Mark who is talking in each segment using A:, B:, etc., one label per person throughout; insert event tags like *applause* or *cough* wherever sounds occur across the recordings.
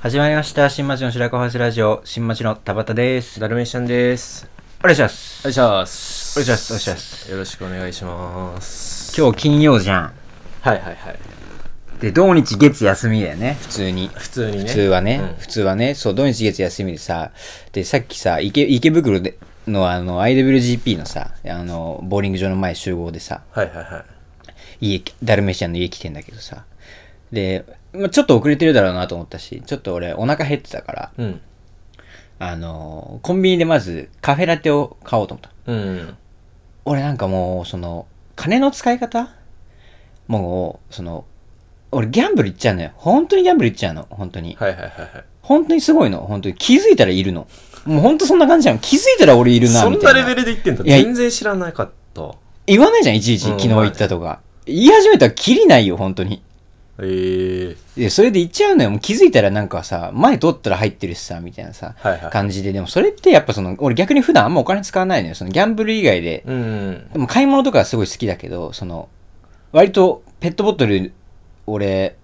A: 始まりました。新町の白子ハウスラジオ、新町の田畑です。
B: ダルメシャンです。
A: お願いします。
B: お願いします。
A: お願いしますお願いします
B: よろしくお願いします。
A: 今日金曜じゃん。
B: 日、はいはいはい。
A: で、土日月休みだよね。
C: 普通に。
B: 普通にね。
C: 普通はね、
B: うん
C: 普通はね、そう、土日月休みでさ、で、さっきさ、池池袋でのあの IWGP のさ、あの、ボーリング場の前集合でさ、
B: はいはいはい。
C: 家、ダルメシアンの家来てんだけどさ、で、まあ、ちょっと遅れてるだろうなと思ったし、ちょっと俺お腹減ってたから、
B: うん。
C: あの、コンビニでまずカフェラテを買おうと思った。
B: うん。
C: 俺なんかもう、その、金の使い方もう、その、俺ギャンブル行っちゃうのよ。本当にギャンブル行っちゃうの。本当に。
B: はいはいはいはい。
C: 本当にすごいの。本当に気づいたらいるの。もう本当そんな感じじゃん。気づいたら俺いるな、
B: そ
C: み
B: ん
C: た
B: ない
C: な。
B: レベルで言ってんだ。
C: いや
B: 全然知らなかった。
C: 言わないじゃん、いちいち
B: うん
C: 昨日行ったとか。言い始めたらキリないよ、本当に。
B: ええ
C: で、それで行っちゃうのよ。もう気づいたらなんかさ、前取ったら入ってるしさ、みたいなさ、
B: はいはい。
C: 感じで。でもそれってやっぱその、俺逆に普段あんまお金使わないのよ。そのギャンブル以外で。
B: うん。
C: でも買い物とかはすごい好きだけど、その、割とペットボトル、俺、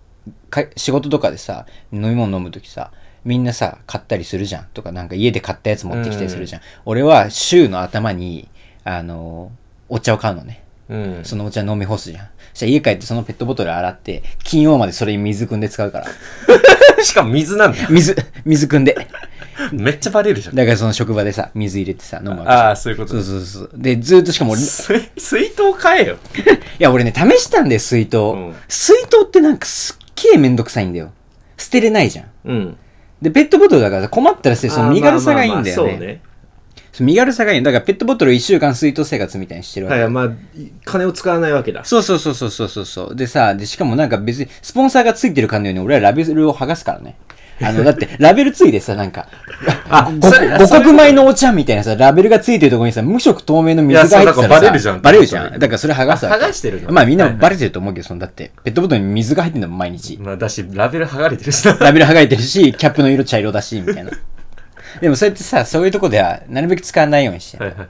C: か仕事とかでさ、飲み物飲むときさ、みんなさ、買ったりするじゃん。とか、なんか家で買ったやつ持ってきたりするじゃん。俺は週の頭に、あの、お茶を買うのね。
B: うん。
C: そのお茶飲み干すじゃん。そしたら家帰ってそのペットボトル洗って、金曜までそれに水汲んで使うから。
B: しかも水なんだ。
C: 水、水汲んで。
B: めっちゃバレるじゃん。
C: だからその職場でさ、水入れてさ、飲むわけじゃん
B: ああ、そういうこと
C: そうそうそう。で、ずーっとしかも俺、い
B: 水水筒買えよ。
C: や俺ね、試したんだよ、水筒。
B: ん
C: 水筒ってなんかすっげえめんどくさいんだよ。捨てれないじゃん。
B: うん。
C: で、ペットボトルだからさ困ったら捨てる、その身軽さがいいんだよ
B: あーまあまあま
C: ね。
B: あそうね。
C: そう身軽さがいいのだからペットボトル1週間水筒生活みたいにしてるわ
B: は
C: け。
B: い、まあ、金を使わないわけだ。
C: そうそうそうそうそうそうそう。でさ、で、しかもなんか別に、スポンサーがついてるかのように俺はラベルを剥がすからね。あの、だ
B: *laughs*
C: って、ラベルついてさ、なんか、
B: あ
C: ご
B: *laughs* それ
C: 五穀米のお茶みたいなさ、ラベルがついてるところにさ、無色透明の水が入ってたらさ
B: いやそうだからバレるじゃん
C: バレるじゃん。だからそれ剥がすわけ
B: あ剥がしてるの
C: まあみんなバレてると思うけど、その、だって、ペットボトルに水が入ってんだもん、毎日。
B: まあ、だし、ラベル剥がれてるしな。 *laughs*
C: ラベル剥がれてるし、キャップの色茶色だし、みたいな。でもそうやってさ、そういうとこでは、なるべく使わないようにして。
B: はいはい。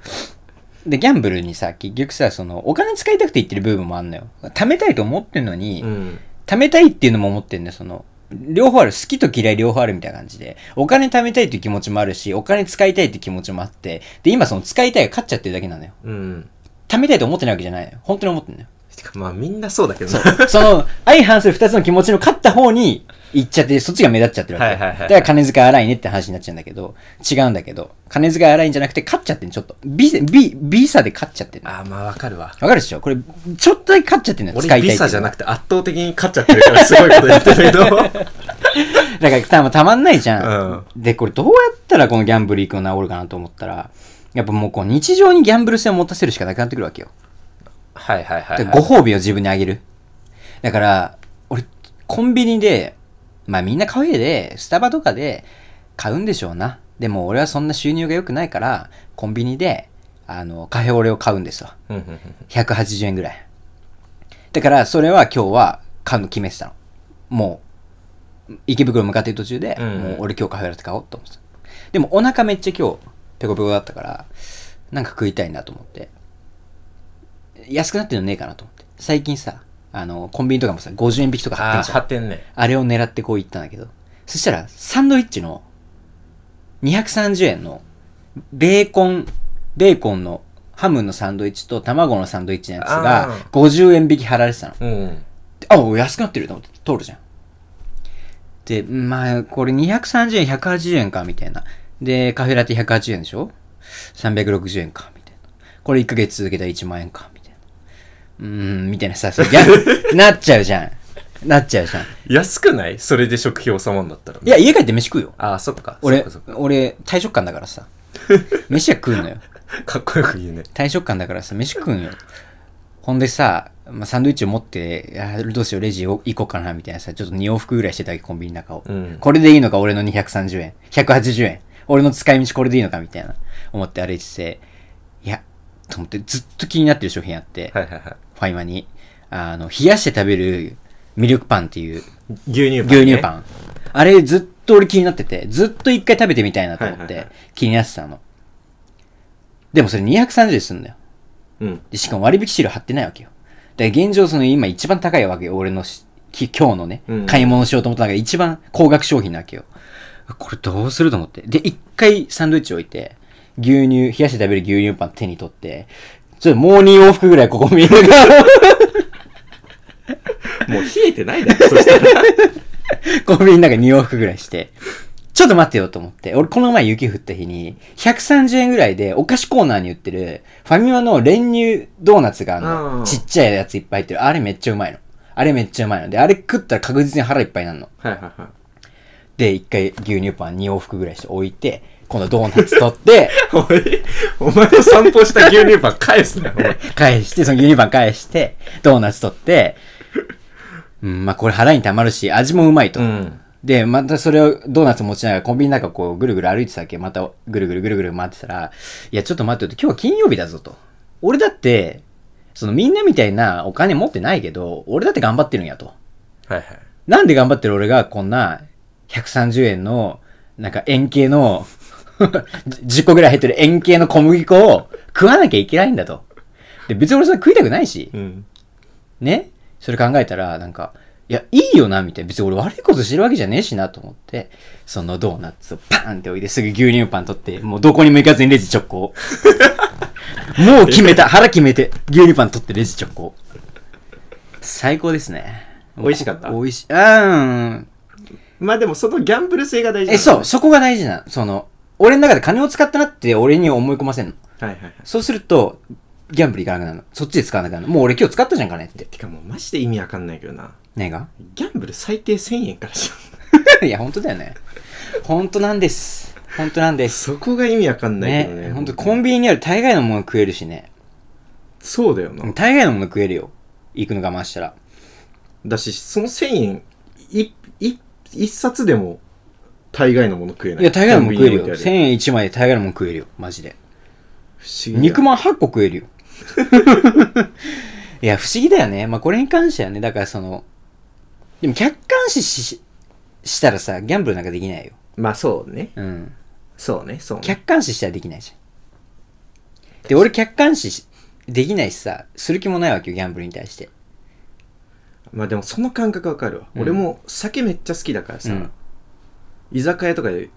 C: で、ギャンブルにさ、結局さ、その、お金使いたくて言ってる部分もあんのよ。貯めたいと思ってんのに、
B: うん。
C: 貯めたいっていうのも思ってんだよ、その。両方ある。好きと嫌い両方あるみたいな感じで。お金貯めたいっていう気持ちもあるし、お金使いたいって気持ちもあって。で、今その使いたいが勝っちゃってるだけなのよ。
B: うん。
C: 貯めたいと思ってないわけじゃないのよ。本当に思ってんのよ。
B: てか、まあみんなそうだけどね。
C: *laughs* その、相反する二つの気持ちの勝った方に行っちゃって、そっちが目立っちゃってるわけ。
B: はいはいはいは
C: だ
B: い
C: から金遣い荒いねって話になっちゃうんだけど、違うんだけど、金遣い荒いんじゃなくて勝っちゃってんのちょっと。B、B、B 差で勝っちゃってるの。わ
B: ああ、まあわかるわ。
C: かるでしょこれ、ちょっとだけ勝っちゃってんのよ。使いたい
B: 俺
C: って
B: ビ
C: いうの
B: サじゃなくて圧倒的に勝っちゃってるからすごいこと言って
C: *laughs*
B: たけど
C: だからたたまんないじゃん、
B: う
C: でこれどうやったらこのギャンブル行くの治るかなと思ったらやっぱもうこう日常にギャンブル性を持たせるしかなくなってくるわけよ、
B: はいはいは
C: でご褒美を自分にあげるだから俺コンビニでまあみんなカフェでスタバとかで買うんでしょうなでも俺はそんな収入が良くないからコンビニであのカフェオレを買うんですわ
B: うんうんうん
C: 180円ぐらいだからそれは今日は買うの決めてたのもう池袋向かってる途中で、
B: うん
C: もう俺今日カフェラテ買おうと思ってたでもお腹めっちゃ今日ペコペコだったからなんか食いたいなと思って安くなってるのねえかなと思って最近さあのコンビニとかもさ50円引きとか貼って
B: あ
C: ん
B: あ、
C: じゃん
B: 破
C: あ
B: てんね。
C: れを狙ってこう行ったんだけどそしたらサンドイッチの230円のベーコンベーコンのハムのサンドイッチと卵のサンドイッチのやつ
B: あ
C: が
B: ー
C: 50円引き貼られてたの
B: うん。
C: あ、お安くなってると思って通るじゃん。で、まあ、これ230円、180円か、みたいな。で、カフェラテ180円でしょ ?360 円か、みたいな。これ1ヶ月続けたら1万円か、みたいな。うーん、みたいなさ、そうギ
B: *laughs*
C: ャンなっちゃうじゃん。なっちゃうじゃん。
B: 安くないそれで食費収まんだったら。
C: いや、家帰って飯食うよ。
B: ああ、そっか。そ
C: 俺
B: っかそっ、か
C: 俺、退職感だから
B: *laughs*
C: さ。飯は食うのよ。
B: かっこよく言うね。
C: 退職感だからさ、飯食うんよ。ほんでさ、まあ、サンドイッチを持って、いやどうしよう、レジ行こうかな、みたいなさ、ちょっと2往復ぐらいしてたわけ、コンビニの中を。
B: うん
C: これでいいのか、俺の230円。180円。俺の使い道これでいいのか、みたいな。思って歩いてて、いや、と思って、ずっと気になってる商品あって、
B: はいはいはい。
C: ファイマに。あの、冷やして食べるミルクパンっていう
B: 牛乳パン、
C: 牛乳パン。あれずっと俺気になってて、ずっと一回食べてみたいなと思っ
B: はいはい
C: て
B: は
C: 気になってたの。でもそれ230円すんだよ。
B: ン。うん。
C: で、しかも割引シール貼ってないわけよ。だから現状その今一番高いわけよ、俺のしき今日のね
B: うん、
C: 買い物しようと思った中で一番高額商品なわけよ。これどうすると思って。で、一回サンドイッチ置いて、牛乳、冷やして食べる牛乳パン手に取って、ちょっともう2往復ぐらいここ見ながら、
B: もう冷えてないだろ、そしたら。
C: *laughs* コンビニの中2往復ぐらいして、ちょっと待ってよと思って、俺この前雪降った日に、130円ぐらいでお菓子コーナーに売ってる、ファミマの練乳ドーナツがある
B: うん
C: の。ちっちゃいやついっぱい入ってる。あれめっちゃうまいの。あれめっちゃうまいの。で、あれ食ったら確実に腹いっぱいになるの。
B: はいはいは
C: で、一回牛乳パン2往復ぐらいして置いて、今度ドーナツ取
B: *laughs*
C: って、
B: い。おい、お前の散歩した牛乳パン返すな、お前。
C: 返して、その牛乳パン返して、ドーナツ取って、うん、まあこれ腹に溜まるし、味もうまいと。
B: ん。
C: で、またそれをドーナツ持ちながらコンビニの中をこうぐるぐる歩いてたっけまたぐるぐるぐるぐる回ってたら、いやちょっと待ってよと、今日は金曜日だぞと。俺だって、そのみんなみたいなお金持ってないけど、俺だって頑張ってるんやと。
B: はいはい。
C: なんで頑張ってる俺がこんな130円の、なんか円形の、10個ぐらい入ってる円形の小麦粉を食わなきゃいけないんだと。で、別に俺それ食いたくないし。
B: うん。
C: ねそれ考えたら、なんか、いや、いいよな、みたいな。別に俺悪いことしてるわけじゃねえしな、と思って、そのドーナツをパーンって置いて、すぐ牛乳パン取って、もうどこにも行かずにレジ直
B: *laughs*
C: 行。もう決めた、腹決めて、牛乳パン取ってレジ直行。最高ですね。
B: 美味しかった
C: 美味しい。うん。
B: まあでもそのギャンブル性が大事
C: え、そう、。そこが大事なの。その、俺の中で金を使ったなって俺に思い込ませんの。
B: はいはいはい。
C: そうすると、ギャンブル行かなくなるの。そっちで使わなくなるの。もう俺今日使ったじゃん、金って。
B: てかもうマジで意味わかんないけどな。
C: 何が
B: ギャンブル最低1000円からじ
C: *laughs*
B: ゃ
C: いや、本当だよね。本当なんです。本当なんで
B: ん。
C: す。
B: そこが意味わかんないけどね。
C: ね。本当コンビニにある大概のもの食えるしね。
B: そうだよな。
C: 大概のもの食えるよ。行くの我慢したら。
B: だし、その1000円、い、い、一冊でも、大概のもの食えない。
C: いや、大概のもの食えるよ。
B: コンビニに
C: 1000
B: 置いてあ
C: 円1枚で大概のもの食えるよ。マジで。
B: 不思議だよ
C: 肉まん8個食えるよ。 *laughs* いや、不思議だよね。まあ、これに関してはね、だからその、でも客観視し、したらさ、ギャンブルなんかできないよ。
B: まあそうね。
C: うん。
B: そうね、そうね。
C: 客観視したらできないじゃん。で、俺客観視しできないしさ、する気もないわけよ、ギャンブルに対して。
B: まあでもその感覚わかるわ。
C: うん
B: 俺も酒めっちゃ好きだからさ、
C: うん
B: 居酒屋とかで、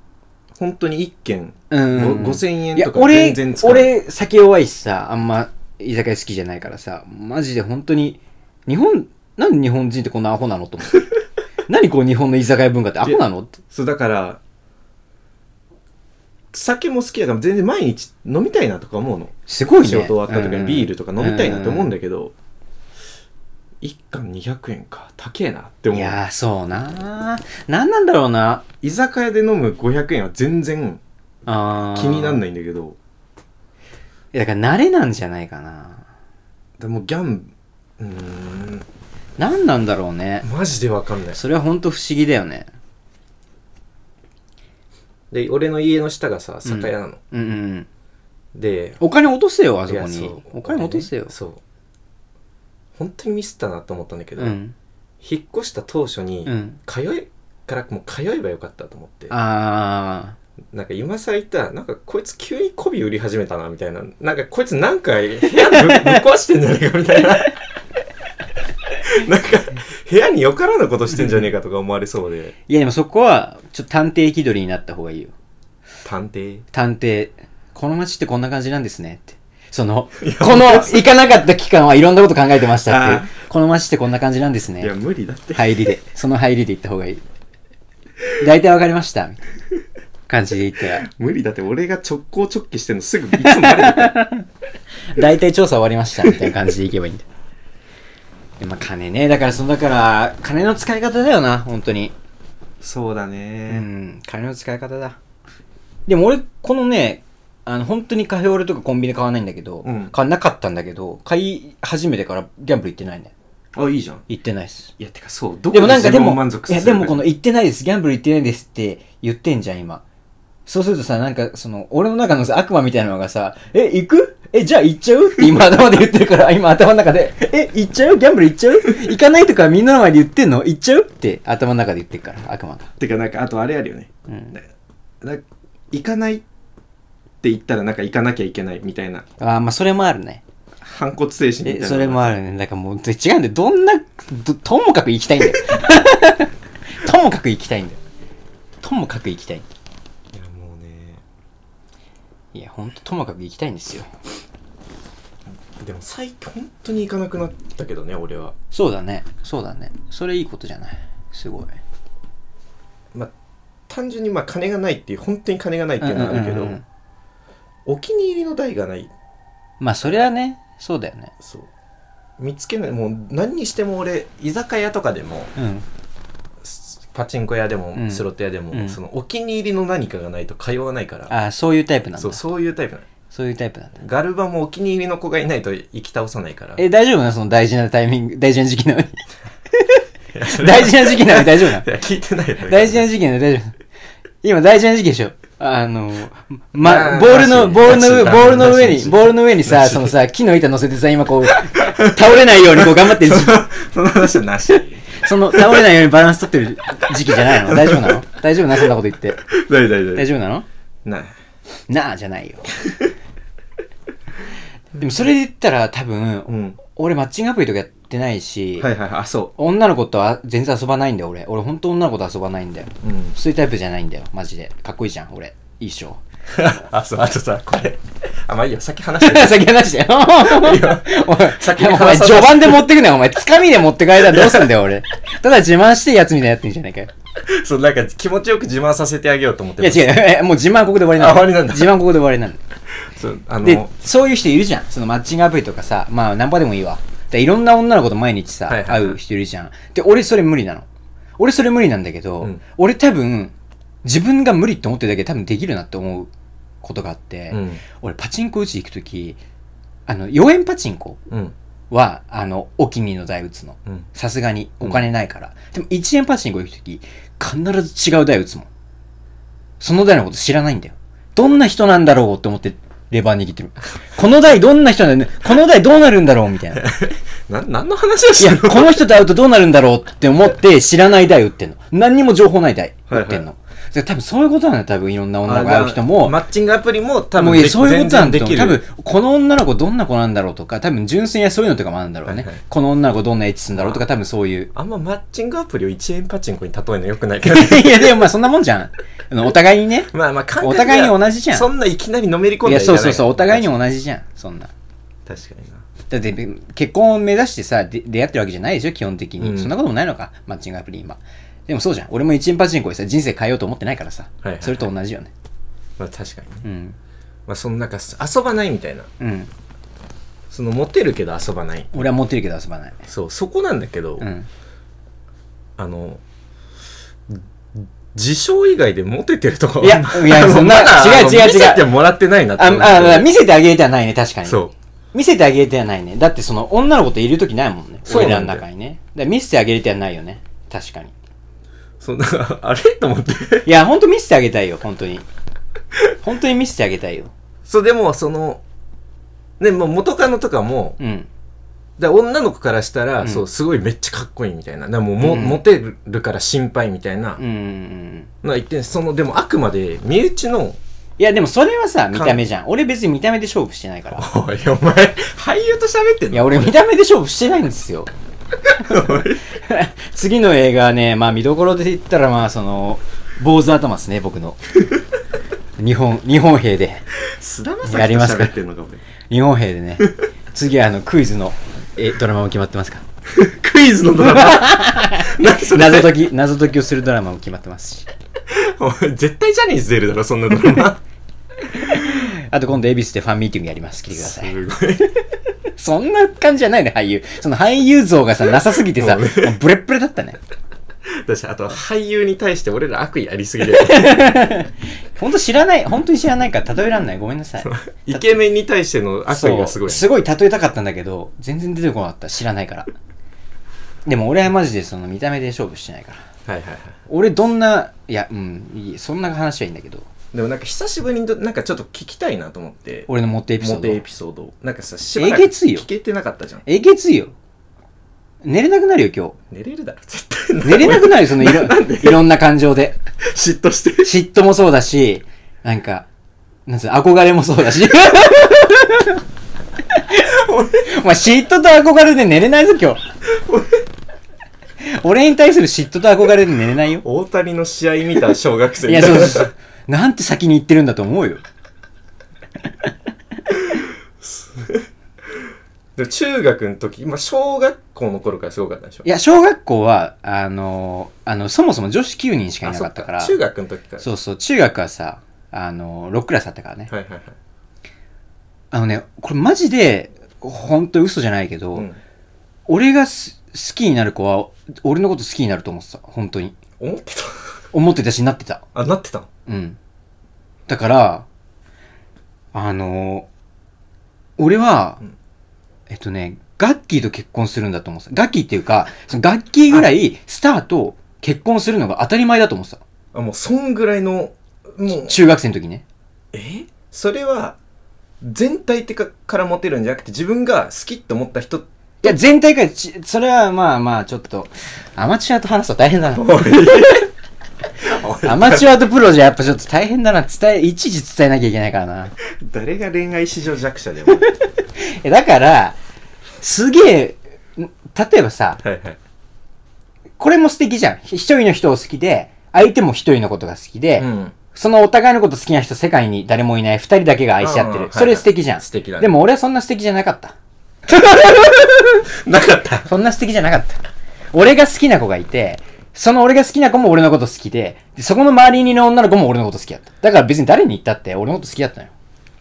B: 本当に1軒、
C: うん
B: ご5000円
C: いや
B: と、か
C: 俺
B: 全然、使わない。
C: 俺、酒弱いしさ、あんま居酒屋好きじゃないからさ、マジで本当に、日本、なんで日本人ってこんなアホなのと
B: *laughs*
C: 思って。何こう日本の居酒屋文化ってアホなのって。
B: そう、だから、酒も好きだから全然毎日飲みたいなとか思うの。
C: すごいね。
B: 仕事終わった時にビールとか飲みたいなって思うん
C: だ
B: だけど、一貫200円か高えなって
C: い
B: 思う
C: やー、そうなー。なんなんだろうな。
B: 居酒屋で飲む500円は全然
C: あー
B: 気になん
C: い
B: ないんだけど
C: や。だから慣れなんじゃないかな。
B: でもギャンうーん
C: なんなんだろうね。
B: マジでわかんない
C: それは本当不思議だよね。
B: で俺の家の下がさ酒屋なの、
C: うんうん。
B: で
C: お金落とせよ、あそ
B: い
C: こ
B: や
C: に
B: そ。う
C: お金落とせよ
B: 俺ね。そう本当にミスったなと思ったんだけど、
C: うん。
B: 引っ越した当初に
C: うん。
B: 通えからもう通えばよかったと思って
C: あ
B: なんか今さ言ったらなんかこいつ急に媚び売り始めたなみたいななんかこいつなんか部屋ぶぶっ壊してんじゃねえかみたいななんか部屋によからぬことしてんじゃねえかとか思われそうで
C: ー。いや、でもそこは、ちょっと探偵気取りになった方がいいよ。
B: 探偵
C: 探偵、この街ってこんな感じなんですねって。その、この、行かなかった期間はいろんなこと考えてましたっていう。この街ってこんな感じなんです
B: いや
C: ね。
B: 無理だって
C: 入りで。その入りで行った方がいい。大体わかりました。みたいな感じで行ったら。
B: 無理だって俺が直行直帰してんのすぐいつもバレてくる
C: 大体調査終わりました。みたいな感じで行けばいいんだよ。でまあ金ね。だから、その、だから、金の使い方だよな、本当に。
B: *laughs* そうだ
C: う
B: ね、
C: ん、金の使い方だ。でも俺、このね、あの、本当にカフェオレとかコンビニで買わないんだけど、
B: うん
C: 買わなかったんだけど、買い始めてからギャンブル行ってないね。
B: あいいじゃん
C: 行ってないです。
B: いやてかそうどこ
C: でもなんか
B: 自
C: で
B: 分
C: も
B: を、満足
C: い
B: さ
C: や
B: せ
C: で
B: るか
C: もこの行ってないです、ギャンブル行ってないですって言ってんじゃん、今。そうするとさ、なんかその、俺の中のさ、悪魔みたいなのがさ、え、行くえ、じゃあ行っちゃうって今頭で言ってるから、今頭の中で、え、行っちゃうギャンブル行っちゃう行かないとかみんなの前で言ってんの行っちゃうって頭の中で言ってるから、悪魔が。
B: てかなんかあとあれあるよね
C: うん。
B: な行かないって言ったらなんか行かなきゃいけないみたいな
C: ああ、まあそれもあるね。
B: 反骨精神みたいな
C: え、それもあるね。だからもう、違うんだよ。どんな、どともかく行きたいん *laughs* だよ。ともかく行きたいんだよ。ともかく行きたい。
B: いやもうね
C: いや、ほんとともかく行きたいんですよ。
B: でも最近本当に行かなくなったけどね俺は
C: そうだね。そうだね。それいいことじゃない。すごい。
B: まあ単純にまあ金がないっていう本当に金がないっていうのはあるけど、
C: うんうんうんうん
B: お気に入りの台がない
C: まあ、それはね、そうだよね。
B: そう見つけないもう何にしても俺居酒屋とかでも
C: うん。
B: スパチンコ屋でも、
C: うん
B: スロット屋でも、
C: うん
B: そのお気に入りの何かがないと通わないから
C: ああ、そういうタイプなんだ。
B: そ
C: そう
B: そういうタイプなの
C: ういうタイプなんだ。
B: ガルバもお気に入りの子がいないと生き倒さないから
C: え、大丈夫なのその大事なタイミング、大事な時期なのに。
B: いやそれは
C: *laughs* 大事な時期なのに大丈夫なの
B: いや聞いてないよ
C: 大事な時期なんだ、大丈夫。今大事な時期でしょ。あの、ま、
B: あー
C: ボールの、
B: なし
C: ボールの上、
B: なし
C: ボールの上
B: な
C: に、
B: し
C: ボールの上にさ、
B: なし
C: そのさ、木の板乗せてさ、今こう、倒れないようにこう頑張ってる時期
B: *laughs* その話はなし
C: その、倒れないようにバランス取ってる時期じゃないの大丈夫なの大丈夫なそんなこと言って。
B: 大丈夫
C: 大丈夫なの
B: ない
C: なあ、じゃないよ。でもそれで言ったら多分、
B: うん
C: 俺マッチングアプリとかやってないし、
B: はいはいはいあそ
C: 女の子とは全然遊ばないんだよ、俺。俺ほんと女の子と遊ばないんだよ。
B: ううん
C: そういうタイプじゃないんだよ、マジで。かっこいいじゃん、俺。いいっしょ。
B: *laughs* あそうあとさこれあまあいいよ先話して
C: 先話して。お前、
B: 先
C: お
B: に
C: 前
B: 話さ
C: 序盤で持ってくなよ、お前。つかみで持って帰ったらどうすんだよ、俺。ただ自慢してるやつみたいになってんじゃないかよ。
B: *laughs* そうなんか気持ちよく自慢させてあげようと思って
C: いや違う、えもう自慢はここで終わりなんだ。
B: あ終わりなんだ
C: 自慢はここで終わりなんだ。
B: そうあの
C: で、そういう人いるじゃん。そのマッチングアプリとかさ、まあ、ナンパでもいいわ。でいろんな女の子と毎日さ、
B: はいはいはい
C: 会う人いるじゃん。で、俺それ無理なの。俺それ無理なんだけど、
B: うん
C: 俺多分、自分が無理って思ってるだけで多分できるなって思うことがあって、
B: うん
C: 俺パチンコ打ち行くとき、あの、4円パチンコ
B: うん
C: は、あの、お気に入りの台打つの。
B: うん
C: さすがに、お金ないから。でも1円パチンコ行くとき、必ず違う台打つもん。その台のこと知らないんだよ。どんな人なんだろうって思って、レバー握ってる。この台どんな人なんだこの台どうなるんだろうみ *laughs* たいな。い
B: な何の話をして
C: や、
B: るの
C: この人と会うとどうなるんだろうって思って、知らない台打ってんの。何にも情報ない台打ってんの。だから多分そういうことなんだよ。多分いろんな女の子会う人も。
B: あマッチングアプリも多
C: も
B: 分
C: ういやそういうことなんだ
B: で
C: よ。
B: き
C: 多分
B: る、
C: この女の子どんな子なんだろうとか、多分純粋にそういうのとかもあるんだろうね。
B: はいはい
C: この女の子どんなエッチするんだろうとか、多分そう *laughs* いう。
B: あんまマッチングアプリを1円パチンコに例えるのよくな
C: *laughs*
B: いけど
C: いや、でもまあそんなもんじ
B: *laughs*
C: ゃん。あのお互いにね。
B: まあまあ感覚
C: お互いに同じじゃん
B: そんないきなりのめり込ん
C: い
B: で
C: や、そうそうそう、お互いに
B: も
C: 同じじゃん。そんな。
B: 確かにな
C: だって、結婚を目指してさ、で出会ってるわけじゃないでしょ、基本的に。
B: うん
C: そんなこともないのか、マッチングアプリ今。でもそうじゃん。俺も一円パチンコでさ、人生変えようと思ってないからさ。
B: はいはい
C: それと同じよね。
B: まあ確かにね
C: うん。
B: まあそのなんか遊ばないみたいな
C: うん。
B: そのモテるけど遊ばない
C: 俺は持ってるけど遊ばない。
B: そうそこなんだけど、
C: うん。
B: あの自称以外でモテてるとこ
C: いやいや
B: あの
C: そんな
B: まだ
C: 違う
B: あの
C: 違う違う
B: 見せてもらってないなって
C: あ、
B: 思って
C: あ、見せてあげれてはないね、確かに。
B: そう
C: 見せてあげれてはないね。だってその女の子といるときないもんね。
B: そう
C: 俺らの
B: なんだよ
C: 中にね。だから見せてあげれてはないよね。確かに。
B: そうなん *laughs* かあれと思って
C: いや、ほんと見せてあげたいよ、ほんとに。ほんとに見せてあげたいよ。
B: そうでもそのねもう元カノとかも
C: うん。
B: だから女の子からしたら、
C: うん
B: そうすごいめっちゃかっこいいみたいなだからもうも、
C: うん
B: モテるから心配みたいな、
C: うんうんうん。
B: な言ってんそのでもあくまで身内の
C: いや、でもそれはさ、見た目じゃん。俺別に見た目で勝負してないから。
B: おいお前俳優と喋ってん
C: いや、
B: の
C: 俺見た目で勝負してないんですよ。次の映画はね、まあ見どころで言ったら、まあその、坊主頭ですね、僕
B: *laughs*
C: の。日本、日本兵で。
B: 菅田
C: やります
B: 将
C: か
B: 暉と喋ってんのか俺
C: 日本兵でね。次はあの、クイズの、え、ドラマも決まってます
B: *laughs*
C: か
B: *laughs* クイズのドラマ
C: *laughs*
B: 何それ
C: 謎解き、謎解きをするドラマも決まってますし。
B: お前絶対ジャニーズ出るだろそんなド
C: *laughs*
B: ラマ
C: あと今度、恵比寿でファンミーティングやります。来てくだ
B: す
C: さい。
B: ごい *laughs*
C: そんな感じじゃないね、俳優。その俳優像がさ、なさすぎてさ、も
B: も
C: うブレッブレだったね。
B: 私あと俳優に対して俺ら悪意ありすぎ
C: *laughs*
B: だよ
C: ほんと知らない、本当に知らないから例えらんない。ごめんなさい。
B: イケメンに対しての悪意がすご
C: そ
B: い
C: うすごい例えたかったんだけど、全然出てこなかった。知らないから。でも俺はマジでその見た目で勝負してないから。
B: はいはいはい
C: 俺どんな、いや、うん、いいそんな話はいいんだけど、
B: でもなんか久しぶりにどなんかちょっと聞きたいなと思って
C: 俺の持ってエピソ
B: モ
C: ー
B: テエ
C: ド。
B: ピソードをなんかさしばらく
C: えげついよ
B: 聞けてなかったじゃん
C: えげついよ。寝れなくなるよ、今日。
B: 寝れるだろ絶対
C: 寝れなくなるよ、そのいろいろんな感情で。
B: 嫉妬してる
C: 嫉妬もそうだし、なんか、なんつうの憧れもそうだし。お前嫉妬と憧れで寝れないぞ今日俺に対する嫉妬と憧れで寝れないよ
B: 大谷の試合見た小学生
C: い
B: みた
C: や
B: いな
C: そうそうそうなんて先に行ってるんだと思うよ
B: *laughs* でも中学の時、まあ、小学校の頃からすごかったでしょ
C: いや小学校はあのあのそもそも女子9人しかい
B: あ
C: な
B: そ
C: か
B: っ
C: ったから
B: 中学の時から
C: そうそう中学はさあの6クラスあったからね
B: はいはいはい、
C: あのねこれマジで本当嘘じゃないけど、
B: うん、
C: 俺がす好きになる子は俺のこと好きになると思ってた本当に
B: 思ってた *laughs*
C: 思ってたしなってた
B: あなってたの
C: うん。だから、あの俺は、
B: うん
C: えっとね、ガッキーと結婚するんだと思ってた。ガッキーっていうか、そのガッキーぐらいスターと結婚するのが当たり前だと思ってた。
B: あもうそんぐらいのもう
C: 中学生の時ね。
B: えそれは全体的からモテるんじゃなくて自分が好きって思った *laughs* 人
C: いや、全体からち、それはまあまあ、ちょっと、アマチュアと話すと大変だ
B: *laughs*
C: な。アマチュアとプロじゃやっぱちょっと大変だな。伝え、いちいち伝えなきゃいけないからな。
B: 誰が恋愛史上弱者でも
C: え、だから、すげえ、ん例えばさ、
B: はいはい
C: これも素敵じゃん。ひ一人の人を好きで、相手も一人のことが好きで、
B: うん
C: そのお互いのこと好きな人世界に誰もいない二人だけが愛し合って
B: うんうん
C: る。
B: はい
C: それ素敵じゃん。
B: 素敵だね
C: でも俺はそんな素敵じゃなかった。
B: なかった
C: そんな素敵じゃなかった。俺が好きな子がいて、その俺が好きな子も俺のこと好きで、でそこの周りにいる女の子も俺のこと好きだった。だから別に誰に言ったって俺のこと好きだったのよ。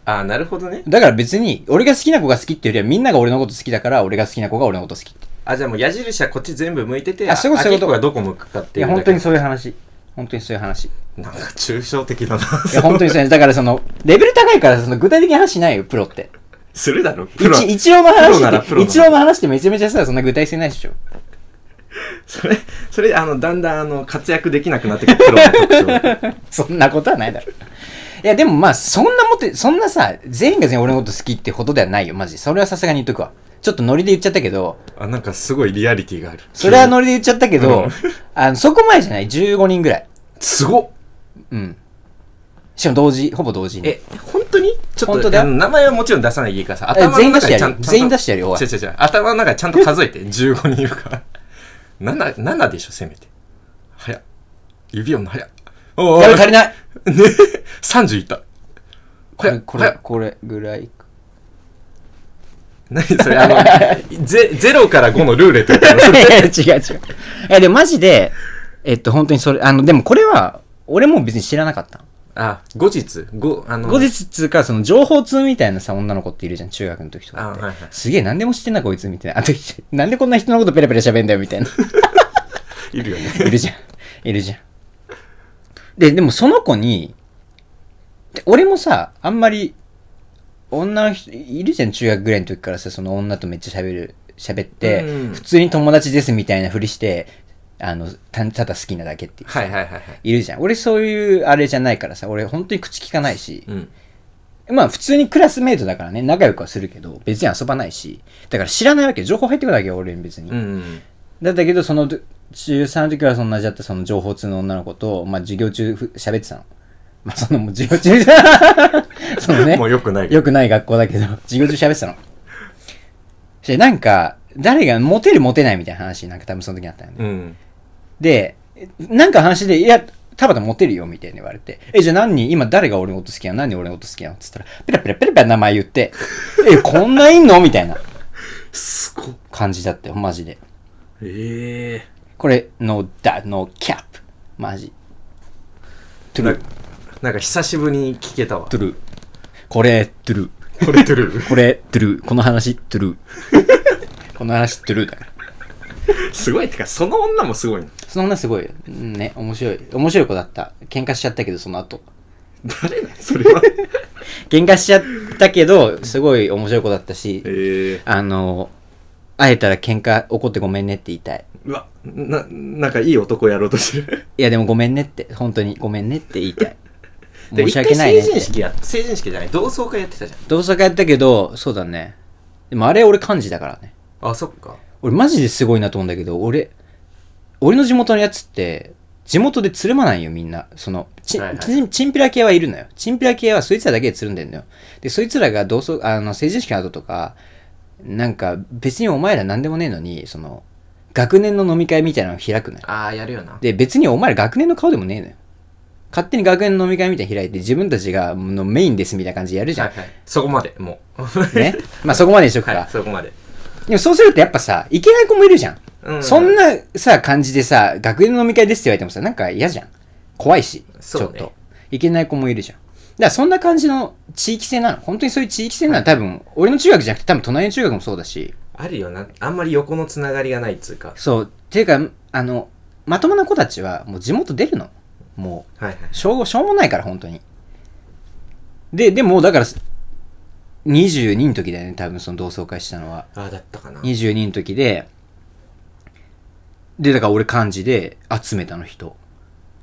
B: ああなるほどね
C: だから別に、俺が好きな子が好きっていうよりはみんなが俺のこと好きだから、俺が好きな子が俺のこと好き。
B: あじゃあもう矢印はこっち全部向いてて
C: あそういうことそういうこと
B: あきこがどこ向くかっ
C: い
B: てい
C: や、
B: うだけ
C: 本当にそういう話。本当にそういう話。
B: なんか抽象的だな
C: いや、本当にそうです。だからその、レベル高いから、その具体的な話しないよ、プロって。
B: *laughs* するだろ
C: 一
B: プロは
C: 一応の
B: プロな
C: 話
B: ら
C: っ
B: プ
C: て、
B: ロなの
C: 一応の話ってめちゃめちゃさ、そんな具体性ないでしょ。
B: それそれあのだんだんあの活躍できなくなってくるプロの特徴だから
C: そんなことはないだろ。いや、でもまあ、そんなもって、そんなさ、全員が全員俺のこと好きってほどではないよ、マジ。それはさすがに言っとくわ。ちょっとノリで言っちゃったけど、
B: *laughs* あなんかすごいリアリティがある
C: それはノリで言っちゃったけ
B: う
C: ど
B: ん、
C: あの、そこ前じゃない ?15 人ぐらい。
B: すごっ
C: うん。しかも同時、ほぼ同時に。
B: え、本当にちょ
C: 本
B: っ
C: 当
B: と、
C: だよ
B: あの名前はもちろん出さないでいいからさ、
C: え
B: 頭
C: 全
B: の
C: 員出し
B: 中
C: て
B: で
C: や
B: ちゃ
C: る
B: ん
C: よ。全員出
B: し
C: してやるよ、おい
B: 違う。違う違う。頭の中でちゃんと数えて、15人いるから。7、7でしょ、せめて。早っ。指折るの早っ。お
C: やべ、
B: ーお
C: 足りない
B: い、ね、30いった。
C: これ、
B: 早っ
C: こ
B: 早
C: れ
B: っ、
C: これぐらい。
B: 何それ、あの、
C: *laughs*
B: ゼ0から5のルーレットみたい
C: い
B: な。
C: や *laughs* いや違う違う。いや、でもマジで、えっと、本当にそれ、あの、でもこれは、俺も別に知らなかった。
B: あ、後日、ご、あの、
C: 後。日っつうか、その情報通みたいなさ、女の子っているじゃん、中学の時と
B: あ、
C: かっ
B: はい
C: て。
B: はい。
C: すげえ、何でも知ってんな、こいつ、みたいな。あと、なんでこんな人のことペラペラ喋んだよ、みたいな。
B: いるよね。
C: *laughs* いるじゃ
B: *laughs*
C: ん。いるじゃん。で、でもその子に、で俺もさ、あんまり、女の人、いるじゃん、中学ぐらいの時からさ、その女とめっちゃ喋る、喋って、
B: うん
C: 普通に友達ですみたいなふりして、あの、たただ好きなだけっていうさ
B: はいはいはいはい。
C: いるじゃん。俺そういうあれじゃないからさ、俺本当に口利かないし、
B: うん。
C: まあ普通にクラスメイトだからね、仲良くはするけど、別に遊ばないし、だから知らないわけ、情報入ってくるだけよ、俺に別に。
B: うんうん。
C: だったけど、その、中3の時はそんなじゃったその情報通の女の子と、まあ授業中ふ喋ってたの。まあそのもう授業中
B: *laughs*
C: じゃ、そのね
B: も、う良くないけど。
C: よくない学校だけど、授業中喋ってたの。して、なんか、誰がモテるモテないみたいな話になんか多分その時あったよね。
B: うん。
C: で、なんか話で、いや、田畑モテるよみたいに言われて、え、じゃあ何人、今誰が俺のこと好きなの何人俺のこと好きなのっつったら、ペラペラペラペラ名前言って、え、こんないんのみたいな
B: すごっ。
C: 感じだったよ、マジで。
B: ええ
C: これ、の、だ、の、キャップ。マジ。トゥ
B: な
C: ルー、
B: なんか久しぶりに聞けたわ。
C: トゥルー。これ、トゥルー。
B: これトゥルー。
C: これ、トゥルー。この話、トゥ *laughs* ルー。この話、トゥルーだから。
B: *laughs* すごいってか、その女もすごいの。
C: その女すごいよ。うんね、面白い。面白い子だった。喧嘩しちゃったけど、その後。
B: 誰だそれは。
C: 喧嘩しちゃったけど、すごい面白い子だったし、
B: ええ
C: あの、会えたら喧嘩怒ってごめんねって言いたい。
B: うわ、な、なんかいい男やろうとしてる。
C: いやでもごめんねって、本当にごめんねって言いたい。
B: *laughs* で
C: 申し訳ないねっ
B: 一
C: て。
B: 回成人式やっ、成人式じゃない、同窓会やってたじ
C: 同窓会やったけど、そうだね。でもあれ俺漢字だからね。
B: ゃん。あ、そっか。
C: 俺マジですごいなと思うんだけど、俺、俺の地元のやつって、地元でつるまないよ、みんな。その、ち、
B: はいはい
C: ちんチンピラ系はいるのよ。チンピラ系はそいつらだけでつるんでんのよ。で、そいつらが同窓、あの、成人式の後とか、なんか別にお前ら何でもねえのに、その、学年の飲み会みたいなの開くのよ。
B: ああ、やるよな。
C: で、別にお前ら学年の顔でもねえのよ。勝手に学年の飲み会みたいに開いて、自分たちがのメインですみたいな感じでやるじゃ
B: はいはい。そこまで、もう。
C: ん。ね。まあそこまでにしとくか。
B: はい、そこまで。
C: でもそうするとやっぱさ、いけない子もいるじゃん。
B: うん
C: そんなさ、感じでさ、学園の飲み会ですって言われてもさ、なんか嫌じゃん。怖いし、ち
B: そう
C: ょ
B: ね
C: っと。いけない子もいるじゃん。だからそんな感じの地域性なの。本当にそういう地域性なの。多分、俺の中学じゃなくて多分隣の中学もそうだし。
B: あるよな。あんまり横のつながりがないっつうか。
C: そう。ていうか、あの、まともな子たちはもう地元出るの。も
B: はいはい。
C: う、しょう、しょうもないから、本当に。で、でも、だから、22の時だよね、多分その同窓会したのは。
B: ああ、だったかな。
C: 22の時で、で、だから俺漢字で集めたの人、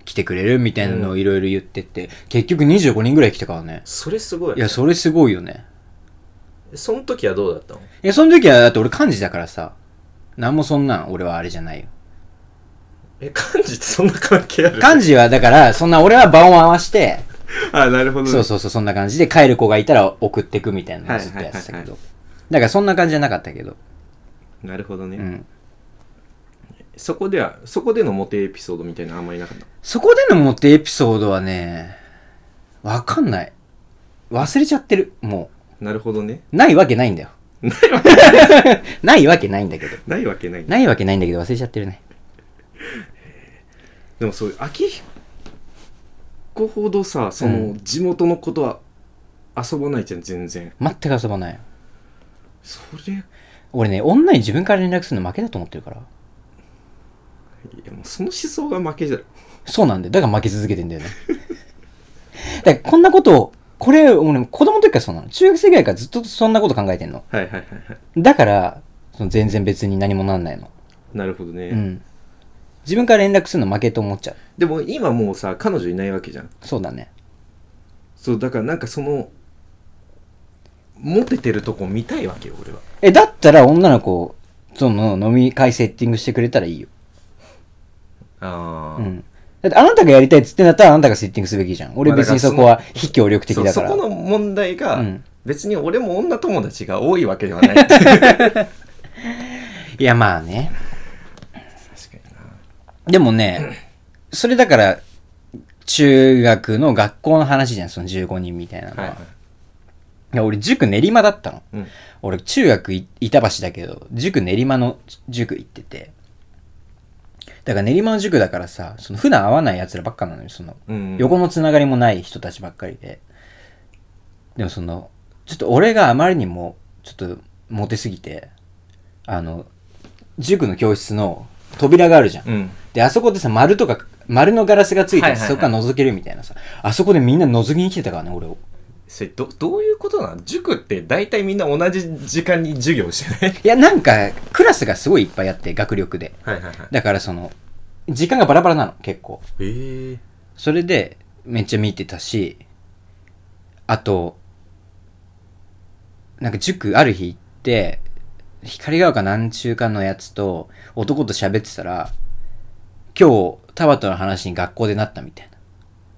C: 来てくれるみたいなのをいろいろ言ってって、結局25人ぐらい来たからね。
B: それすごい。
C: いや、それすごいよね。
B: その時はどうだったの
C: いや、その時はだって俺漢字だからさ、なんもそんなん俺はあれじゃないよ。
B: え、漢字ってそんな関係ある
C: 漢字はだから、そんな俺は場を回して、
B: ああ、なるほどね
C: そうそうそう、そんな感じで帰る子がいたら送ってくみたいなの
B: は
C: を
B: い
C: ずっとやってた
B: は
C: け
B: いはい
C: ど。だからそんな感じじゃなかったけど。
B: なるほどね、
C: うん。
B: そこでは、そこでのモテエピソードみたいなのあんまりなかった。
C: そこでのモテエピソードはね、わかんない。忘れちゃってる、もう。
B: なるほどね。
C: ないわけないんだよ。 *laughs* ないわけない。んだけど。
B: ないわけない。
C: ないわけないんだけど忘れちゃってるね。
B: でもそう、秋彦ほどさ、その、地元のことは遊ばないじゃん、全然。
C: 全く遊ばない。
B: それ、い
C: 俺ね、女に自分から連絡するの負けだと思ってるから。
B: やもうその思想が負けじゃん。
C: そうなんだよ。だから負け続けて *laughs* んだよね。だからこんなことを、これ、俺子供の時からそうなの。中学生ぐらいからずっとそんなこと考えてんの。
B: はいはいはいはい。
C: だから、その全然別に何もなんないの。
B: なるほどね。
C: うん。自分から連絡するの負けと思っちゃう。
B: でも今もうさ、彼女いないわけじゃん。
C: そうだね。
B: そう、だからなんかその、モテてるとこ見たいわけよ、俺は。
C: え、だったら女の子、その飲み会セッティングしてくれたらいいよ。
B: あ
C: う
B: あ、
C: ん。だってあなたがやりたいっつってんだったらあなたがセッティングすべきじゃん。俺
B: まあだ
C: 別
B: から
C: にそこは非協力的
B: そう
C: だから。
B: そこの問題が、
C: うん
B: 別に俺も女友達が多いわけでは
C: *laughs*
B: ないっていう確か
C: いやまあね。
B: にな
C: でも
B: *clears throat*
C: ね、それだから、中学の学校の話じゃん、その15人みたいなのは。
B: はい
C: い
B: はい、
C: や俺塾練馬だったの。
B: うん、
C: 俺中学い板橋だけど、塾練馬の塾行ってて。だから練馬の塾だからさ、その普段会わない奴らばっかなのよ、その
B: うん
C: 横のつながりもない人たちばっかりででもそのちょっと俺があまりにもちょっとモテすぎてあの塾の教室の扉があるじゃん、
B: うん
C: であそこでさ丸とか丸のガラスがついて
B: はい
C: て
B: はいはい
C: そこから覗けるみたいなさ、あそこでみんな覗きに来てたからね俺を
B: それどどういうことなの塾って大体みんな同じ時間に授業してない
C: いやなんかクラスがすごいいっぱいあって学力で
B: はいはいはい
C: だからその時間がバラバラなの結構
B: ええ
C: それでめっちゃ見てたしあとなんか塾ある日行って光が丘南中間のやつと男と喋ってたら今日田端の話に学校でなったみたいな。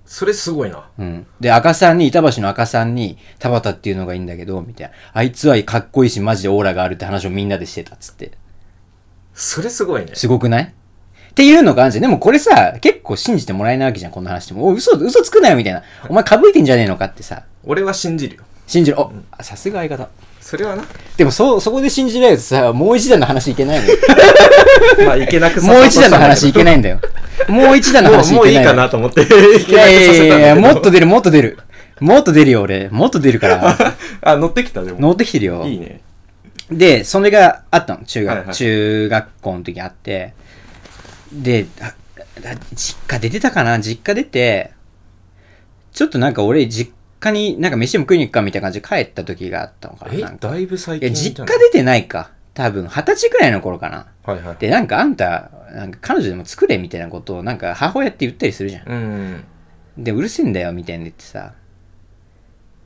B: それすごいな
C: うん、で赤さんに板橋の赤さんに田端っていうのがいいんだけどみたいなあいつはかっこいいしマジでオーラがあるって話をみんなでしてたっつって
B: それすごいね
C: すごくないっていうのがあるじゃん。でもこれさ、結構信じてもらえないわけじゃん、こんな話でも。お、嘘、嘘つくなよみたいな。お前かぶいてんじゃねえのかってさ、
B: 俺は信じるよ
C: 信じる。お、さすが相方。
B: それ
C: *laughs*
B: はな
C: でもそ、そこで信じられるとさ、もう一段の話いけないのよ。
B: *laughs* まあいけなくさせ
C: もう
B: ようと
C: 一
B: した
C: 段
B: ん
C: の
B: だけ
C: 話
B: ど
C: いけないんだよ。もう一段の話いけない
B: もうもういいか
C: のよ
B: なと思ってい
C: いやいやいやいや、もっと出
B: で
C: る、もっと出る。もっと出るよ、俺。もっと出る
B: *laughs*
C: から。
B: あ乗ってきたでも
C: 乗ってきてるよ。
B: いいね
C: で、それがあったの。中学、
B: はいはい
C: 中学校の時あって。で、ああ実家出てたかな実家出て、ちょっとなんか俺、実家になんか飯でも食いに行くかみたいな感じで帰った時があったのかな
B: え
C: なんか
B: だいぶ最
C: いや、
B: 近
C: 実
B: じゃ
C: 家出てないか。多分、二十歳くらいの頃かな。
B: ないはいはい
C: で、なんかあんた、なんか彼女でも作れみたいなことを、なんか母親って言ったりするじゃん。
B: うん
C: で、うるせえんだよ、みたいな言ってさ。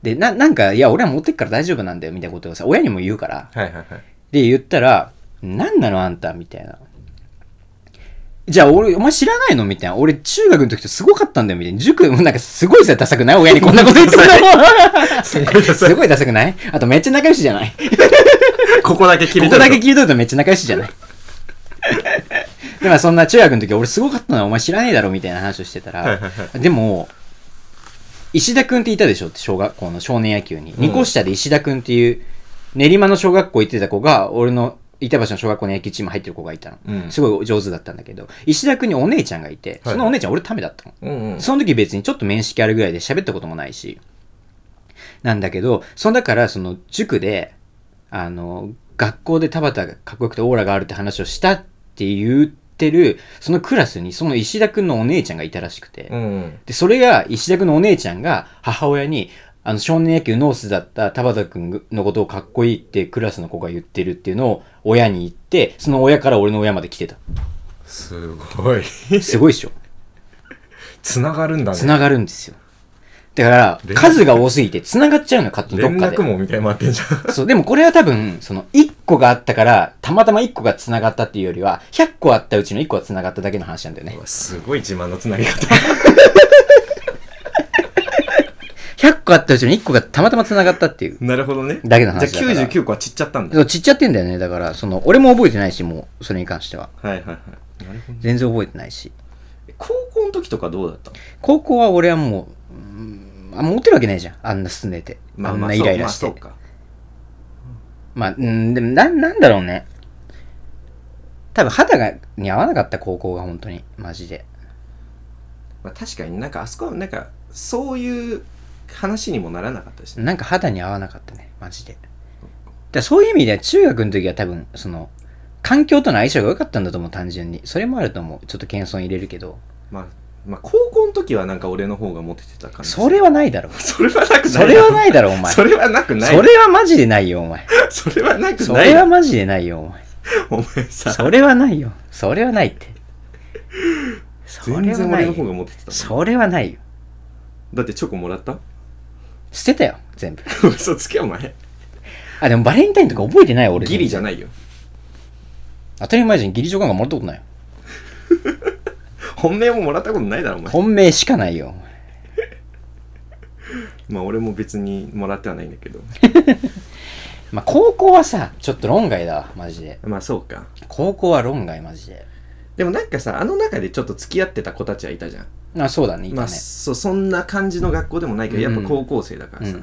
C: で、な、なんか、いや、俺は持ってっから大丈夫なんだよ、みたいなことをさ、親にも言うから。
B: はいはいはい
C: で、言ったら、なんなのあんたみたいな。じゃあ、俺、お前知らないのみたいな。俺、中学の時とすごかったんだよ、みたいな。塾、もなんかすごいさ、ダサくない親
B: *laughs*
C: にこんなこと言ってたの。すごいダサくないあと、めっちゃ仲良しじゃない
B: ここだけ切り
C: ここ
B: 取
C: だけ
B: る
C: 切り取るとめっちゃ仲良しじゃ
B: *laughs*
C: ないでもそんな中学の時俺すごかったのはお前知らねえだろみたいな話をしてたら、
B: はいはい
C: でも石田くんっていたでしょって小学校の少年野球に、二個下で石田くんっていう練馬の小学校行ってた子が俺の板橋の小学校の野球チーム入ってる子がいたの、
B: うん
C: すごい上手だったんだけど石田くんにお姉ちゃんがいて
B: はい
C: そのお姉ちゃん俺ためだったの、
B: とうんうん
C: その時別にちょっと面識あるぐらいで喋ったこともないし。なんだけど、そのだから、その塾で、あの、学校で田畑がかっこよくてオーラがあるって話をしたって言ってる、そのクラスにその石田くんのお姉ちゃんがいたらしくて。
B: うんうん
C: で、それが、石田くんのお姉ちゃんが母親に、あの、少年野球ノースだった田畑くんのことをかっこいいってクラスの子が言ってるっていうのを親に言って、その親から俺の親まで来てた。
B: す *laughs* ごい
C: すごいっしょ。
B: つながるんだね
C: 繋がるんですよ。だから
B: 連、絡
C: 数が多すぎて繋がっちゃうのよ、勝手にどっ
B: 連
C: かで
B: 絡。網みたいになってんじゃん
C: そう、でもこれは多分、その、1個があったから、たまたま1個が繋がったっていうよりは、100個あったうちの1個は繋がっただけの話なんだよね
B: う。わ *laughs* すごい自慢のつなぎ方
C: 100個あったうちの1個がたまたま繋がったっていう。
B: *laughs* なるほどね
C: だけの話だ
B: じ
C: か
B: ゃ
C: ら
B: あ99個は散っちゃったんだ
C: そうちっちゃってんだよね。だから、その、俺も覚えてないし、もう、それに関しては。
B: はいはいはいなるほど
C: 全然覚えてないし。
B: 高校の時とかどうだったの
C: 高校は俺はもう、うーんあ、モテるわけないじゃん。あんなすねて。あんなイライラして。
B: まあそうか
C: まあ、うん、でもな、なんだろうね。多分肌がに合わなかった高校が本当に、マジで。
B: まあ、確かになんかあそこはなんかそういう話にもならなかったですね
C: なんか肌に合わなかったね、マジで。だからそういう意味では中学の時は多分、その、環境との相性が良かったんだと思う、単純に。それもあると思う。ちょっと謙遜入れるけど。
B: まあまあ高校の時はなんか俺の方がモテてた感じ
C: それはないだろ。
B: *laughs* それはなくない
C: それはないだろ、お前。
B: それはなくない
C: それはマジで *laughs* ないよ、お前。
B: それはなく
C: そ
B: ない
C: れはマジでないよ、お前。
B: *laughs* お前さ
C: それはないよ。それはないって。それ
B: 全
C: は
B: 然
C: な
B: 俺の
C: い
B: 方
C: よ。
B: がモテてた
C: それはないよ。
B: だってチョコもらった *laughs*
C: 捨てたよ、全部。
B: 嘘つけお前
C: あ、でもバレンタインとか覚えてない俺。
B: ギリじゃ
C: ん。
B: ないよ
C: 当たり前じゃん。ギリジョカンがもらったことないよ。
B: 本命ももらったことないだろお前
C: 本命しかないよ。
B: まあ俺も別にもらってはないんだけど
C: まあ、高校はさ、ちょっと論外だわ、マジで。
B: まあそうか
C: 高校は論外、マジで。
B: でもなんかさあの中でちょっと付き合ってた子たちはいたじゃん
C: あ、そうだね、いた
B: まあ
C: ね。
B: そそんな感じの学校でもないけどやっぱ高校生だからさ、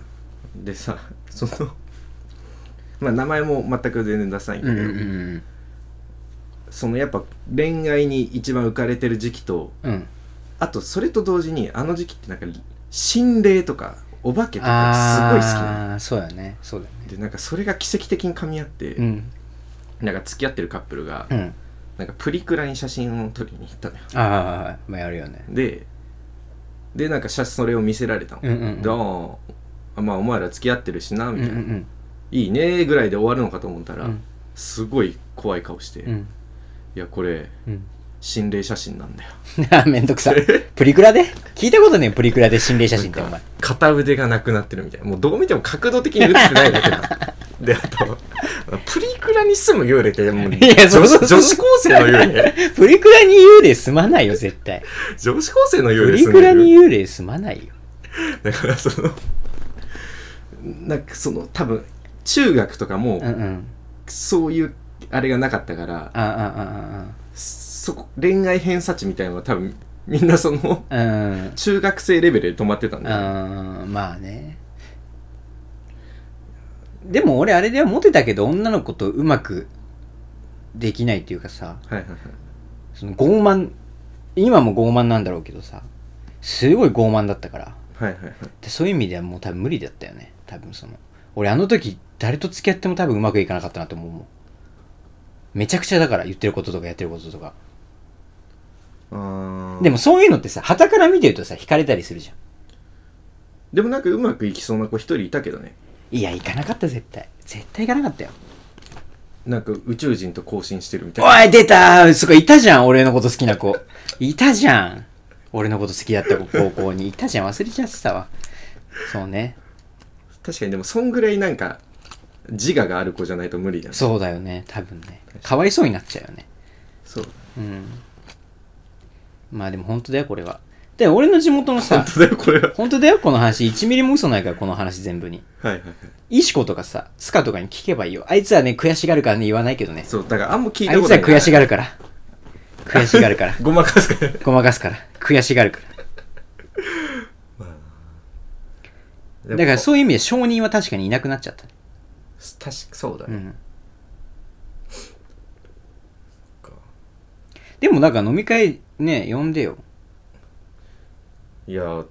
B: でさそのまあ名前も全く全然出さないん
C: う
B: だ
C: ん
B: け
C: う
B: ど、
C: んうん
B: そのやっぱ恋愛に一番浮かれてる時期と
C: うん。うん。
B: あとそれと同時にあの時期ってなんか心霊とかお化けとかすごい好きなの
C: ああ、そうだね。そうだね。
B: でなんかそれが奇跡的に噛み合って、
C: うん。
B: なんか付き合ってるカップルが、
C: うん。
B: なんかプリクラに写真を撮りに行ったのよ
C: ああ、まあ、やるよね。
B: ででなんか写それを見せられたの、
C: うんうんうん
B: であーあまあお前ら付き合ってるしな
C: う
B: み
C: ん
B: た
C: う
B: い
C: ん
B: な、
C: うん。
B: いいねぐらいで終わるのかと思ったら、
C: うん
B: すごい怖い顔して、
C: う
B: い
C: ん。
B: やこれ
C: うん。
B: 心霊写真なんだよ
C: あー *laughs* めんどくさ。プリクラで聞いたことねえ、プリクラで心霊写真って、お前。
B: 片腕がなくなってるみたいなもうどう見ても角度的に映ってないだ
C: *laughs*
B: けだであとプリクラに住む幽霊ってもう
C: いやそう
B: 女
C: そう
B: 子女子高生の幽霊
C: *laughs* プリクラに幽霊すまないよ、絶対。
B: 女子高生の
C: プ
B: 幽霊
C: リ
B: 住ん
C: ク
B: でる
C: ラに幽霊すまないよ。
B: だからそのなんかその多分中学とかも、
C: うんうん。
B: そういうあれがなかったから
C: ああ、ああ、あ
B: そこ恋愛偏差値みたいなのは多分みんなその
C: あ。うん。
B: 中学生レベルで止まってたんだよ
C: あーまあねでも俺あれではモテたけど女の子とうまくできないっていうかさ
B: はいはいはい
C: その傲慢今も傲慢なんだろうけどさすごい傲慢だったから
B: はいはいはい
C: でそういう意味ではもう多分無理だったよね多分その俺あの時誰と付き合っても多分うまくいかなかったなと思うもんめちゃくちゃだから言ってることとかやってることとか
B: あー
C: でもそういうのってさ傍から見てるとさ惹かれたりするじゃん
B: でもなんかうまくいきそうな子一人いたけどね
C: いや行かなかった絶対絶対行かなかったよ
B: なんか宇宙人と交信してるみたいな
C: おい、出たーそっか、いたじゃん、俺のこと好きな子。いたじゃん。俺のこと好きだった子、高校に。いたじゃん、忘れちゃってたわ。そうね。
B: 確かにでもそんぐらいなんか自我がある子じゃないと無理だよね
C: そうだよね、多分ね。かわいそうになっちゃうよね。
B: そう
C: うん。まあでも本当だよ、これは。でで、俺の地元のさ
B: 本、当だよ、これは。
C: 本当だよ、この話。1ミリも嘘ないから、この話全部に。
B: はいはいはい。
C: 石子とかさ、塚とかに聞けばいいよ。あいつはね、悔しがるからね、言わないけどね。
B: そう、だからあんま聞い
C: あ
B: た
C: いつ
B: こと
C: は
B: ない。
C: 悔しがるから。悔しがるから。 *laughs*
B: ごまかすから。
C: ごまかすから。悔しがるから。だからそういう意味で証人は確かにいなくなっちゃった。
B: 確かそうだ
C: う
B: ね。
C: ん。
B: か
C: でもなんか飲み会ね、呼んでよ。
B: いや、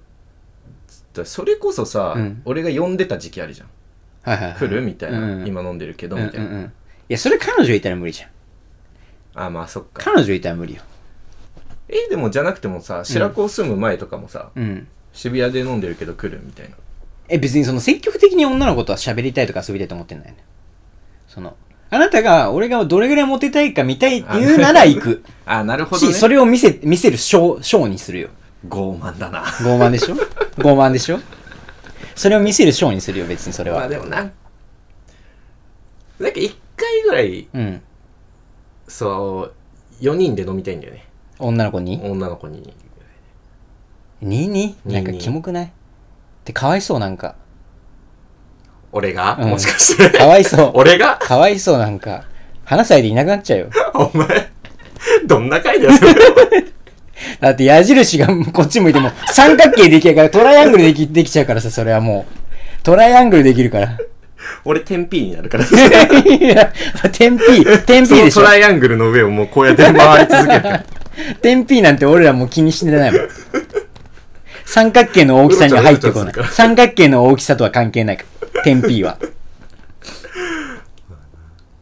B: だそれこそさ、
C: うん
B: 俺が呼んでた時期あるじゃん。
C: はいはい、はい。
B: 来るみたいな、
C: うん
B: 今飲んでるけど、
C: うんう
B: み
C: ん
B: たいな。
C: うん。いや、それ彼女いたら無理じゃん。
B: あ、まあそっか。
C: 彼女いたら無理よ。
B: え、でもじゃなくてもさ、白子住む前とかもさ、
C: うん。
B: 渋谷で飲んでるけど来るみたいな。
C: え、別にその積極的に女の子とは喋りたいとか遊びたいと思ってないね。その、あなたが俺がどれぐらいモテたいか見たいっていうなら行く。
B: あ、 *laughs* なるほど、ね。
C: し、それを見せ、見せるショー、ショーにするよ。
B: 傲慢だな。
C: 傲慢で
B: *laughs*
C: しょ傲慢でしょそれを見せるショーにするよ、別にそれ
B: ま
C: は。
B: あでもなん、なんか一回ぐらい、
C: うん。
B: そう、4人で飲みたいんだよね。
C: 女の子に
B: 女の子に。
C: にに
B: に
C: なんかキモくないってかわいそうなんか。
B: 俺が、
C: うん
B: もしかして。 *laughs*
C: かわいそう。
B: 俺が
C: かわいそうなんか。話さないでいなくなっちゃうよ。
B: お前、どんな回だよ、 *laughs* それ。
C: だって矢印がこっち向いても三角形できるからトライアングルできできちゃうからさ、それはもう。トライアングルできるから。 *laughs*
B: 俺、点 P になるから。
C: いや、点 P、点 P でし
B: そ
C: ょ
B: のト。ライアングルの上をもうこうやって回り続けるから。 *laughs*
C: 点 P なんて俺らもう気にしてないもん。三角形の大きさには入ってこ
B: うろ
C: な
B: ちょ
C: い。
B: ろするから
C: 三角形の大きさとは関係ないから。点 P
B: *laughs*
C: は。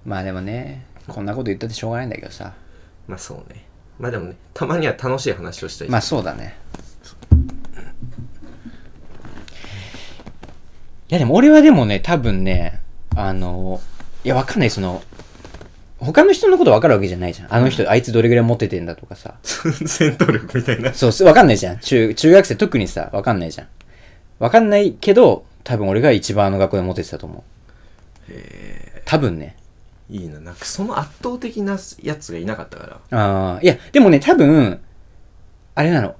C: まあでもね、こんなこと言ったってしょうがないんだけどさ。
B: まあそうね。まあでもね、たまには楽しい話をしたい。
C: まあそうだね。いやでも俺はでもね、多分ね、あの、いやわかんない、その、他の人のことわかるわけじゃないじゃん。あの人、あいつどれぐらい持っててんだとかさ。
B: 戦闘力みたいな。
C: そうす、わかんないじゃん。中、中学生特にさ、わかんないじゃん。わかんないけど、多分俺が一番あの学校でモテてたと思う。多分ね。
B: いいな、なんかその圧倒的なやつがいなかったから。
C: ああ、いや、でもね、多分、あれなの。